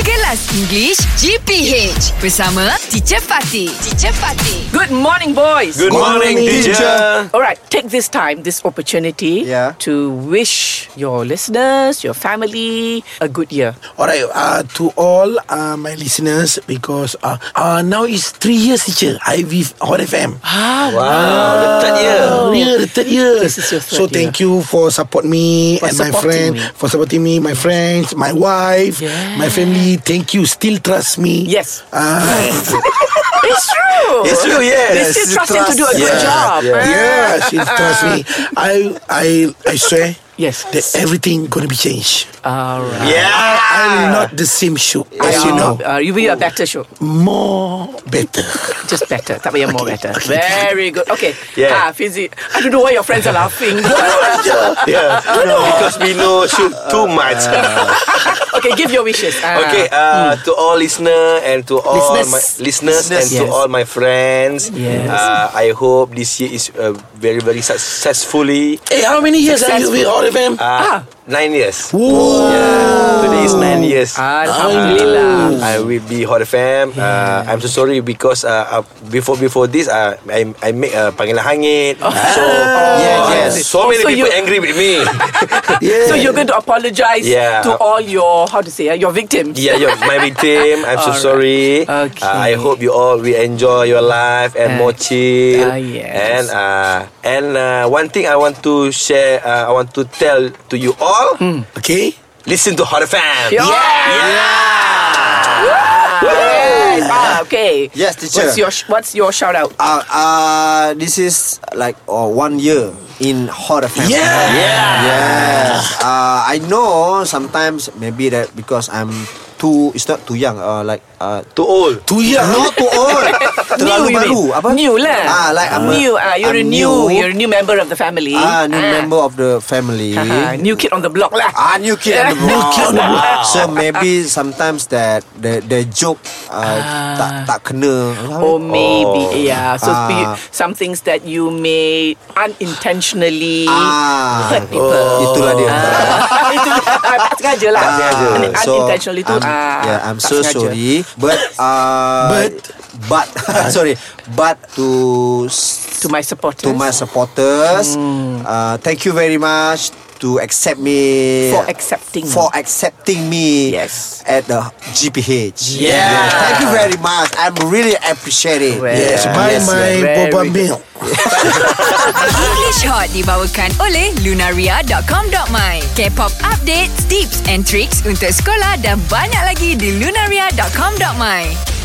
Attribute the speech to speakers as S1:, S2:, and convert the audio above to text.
S1: Kelas English GPH bersama Teacher Fatih. Teacher Fatih.
S2: Good morning, boys.
S3: Good morning, teacher.
S2: All right, take this time, this opportunity
S4: Yeah.
S2: to wish your listeners, your family, a good year.
S5: Alright, uh, to all uh, my listeners, because uh, uh, now it's three years, teacher. I with Hot FM.
S3: Wow, the third year.
S5: Yeah, the third year.
S2: This is your third
S5: so thank you for support me
S2: For
S5: and my
S2: supporting
S5: friend
S2: me.
S5: for supporting me, my friends, my wife,
S2: Yeah.
S5: my family. Thank you. Still trust me.
S2: Yes.
S5: Uh,
S2: It's true.
S3: It's true, Oh, yes.
S2: They still trust him to do a
S3: Trust.
S2: good
S3: Yeah,
S2: job.
S3: yeah.
S5: yeah, she trust me. I I I swear
S2: Yes.
S5: that everything gonna be changed.
S2: All right.
S3: Yeah.
S5: I'm
S2: Ah.
S5: not the same show as you know.
S2: Uh, you will be a better show.
S5: More better.
S2: Just better. That way you're more better. Very good. Okay. Ah,
S3: Yeah.
S2: Fizi, I don't know why your friends are laughing.
S3: yeah. Because we know shoot too much.
S2: Ah. okay, give your wishes. Ah.
S3: okay, uh, to all listener and to all my listeners and to
S2: Yes.
S3: all my friends.
S2: Yes.
S3: Uh, I hope this year is uh, very very successfully.
S5: Hey, how many years are you with Hot FM?
S2: Ah.
S3: Uh, Nine years.
S5: Whoa.
S3: Yeah, today is nine years.
S2: Ah. Alhamdulillah.
S3: Uh, I will be Hot FM. Uh, I'm so sorry because uh, uh, before before this uh, I I make uh, panggilan hangit. So
S5: Yes, yes.
S3: so many
S2: Oh. So
S3: people
S2: you-
S3: angry with me.
S5: Yeah.
S2: So you're going to apologize
S3: Yeah.
S2: to all your, how to say, uh, your victims.
S3: yeah, you're my victim. I'm so
S2: Alright.
S3: sorry.
S2: Okay.
S3: Uh, I hope you all will enjoy your life and
S2: Uh,
S3: more
S2: ah,
S3: chill.
S2: yes.
S3: And uh, and uh, one thing I want to share, uh, I want to tell to you all.
S5: Okay.
S3: Listen to Hot
S2: Hmm.
S3: FM.
S2: Yeah. Yes. Ah, okay.
S4: Yes, teacher.
S2: What's your sh- What's your shout out?
S4: Uh, uh, this is like oh, one year in Hot FM.
S5: Yeah.
S3: Yeah.
S4: Yes. Uh, I know sometimes maybe that because I'm too, it's not too young. Uh, like uh,
S3: Too old.
S5: Two years.
S4: not too old. Terlalu
S2: you
S4: baru.
S2: mean?
S4: Apa?
S2: New lah.
S4: Ah, like I'm a-
S2: new. Ah, you're
S4: I'm
S2: a new, You're a new member of the family.
S4: Ah, new member of the family.
S2: Ah, new kid on the block lah.
S4: Ah, new kid on the block. So maybe sometimes that the the joke uh,
S2: Ah.
S4: tak tak kena.
S2: Or maybe
S3: Oh.
S2: yeah. So
S4: Ah.
S2: be- some things that you may unintentionally
S4: Ah.
S2: hurt people.
S4: Itulah dia.
S2: Ah, itu ah, tak sengaja lah.
S3: sengaja.
S2: Un-
S3: And
S4: so
S2: unintentionally tu.
S4: I'm,
S2: ah,
S4: yeah, I'm
S2: tak
S4: so
S2: sengaja.
S4: sorry, but uh,
S5: But-
S4: but sorry, but to s-
S2: To my supporters. Hmm.
S4: to my supporters, uh, thank you very much to accept me
S2: For accepting.
S4: for accepting me
S2: Yes.
S4: at the GPH.
S2: Yeah.
S4: thank you very much. I'm really appreciate it.
S2: Well,
S5: Yes,
S2: Yeah.
S5: buy
S2: Yes,
S5: my
S2: very
S5: boba
S2: good.
S5: milk.
S1: English Hot dibawakan oleh lunaria.com.my. K-pop updates, tips and tricks untuk sekolah dan banyak lagi di lunaria.com.my.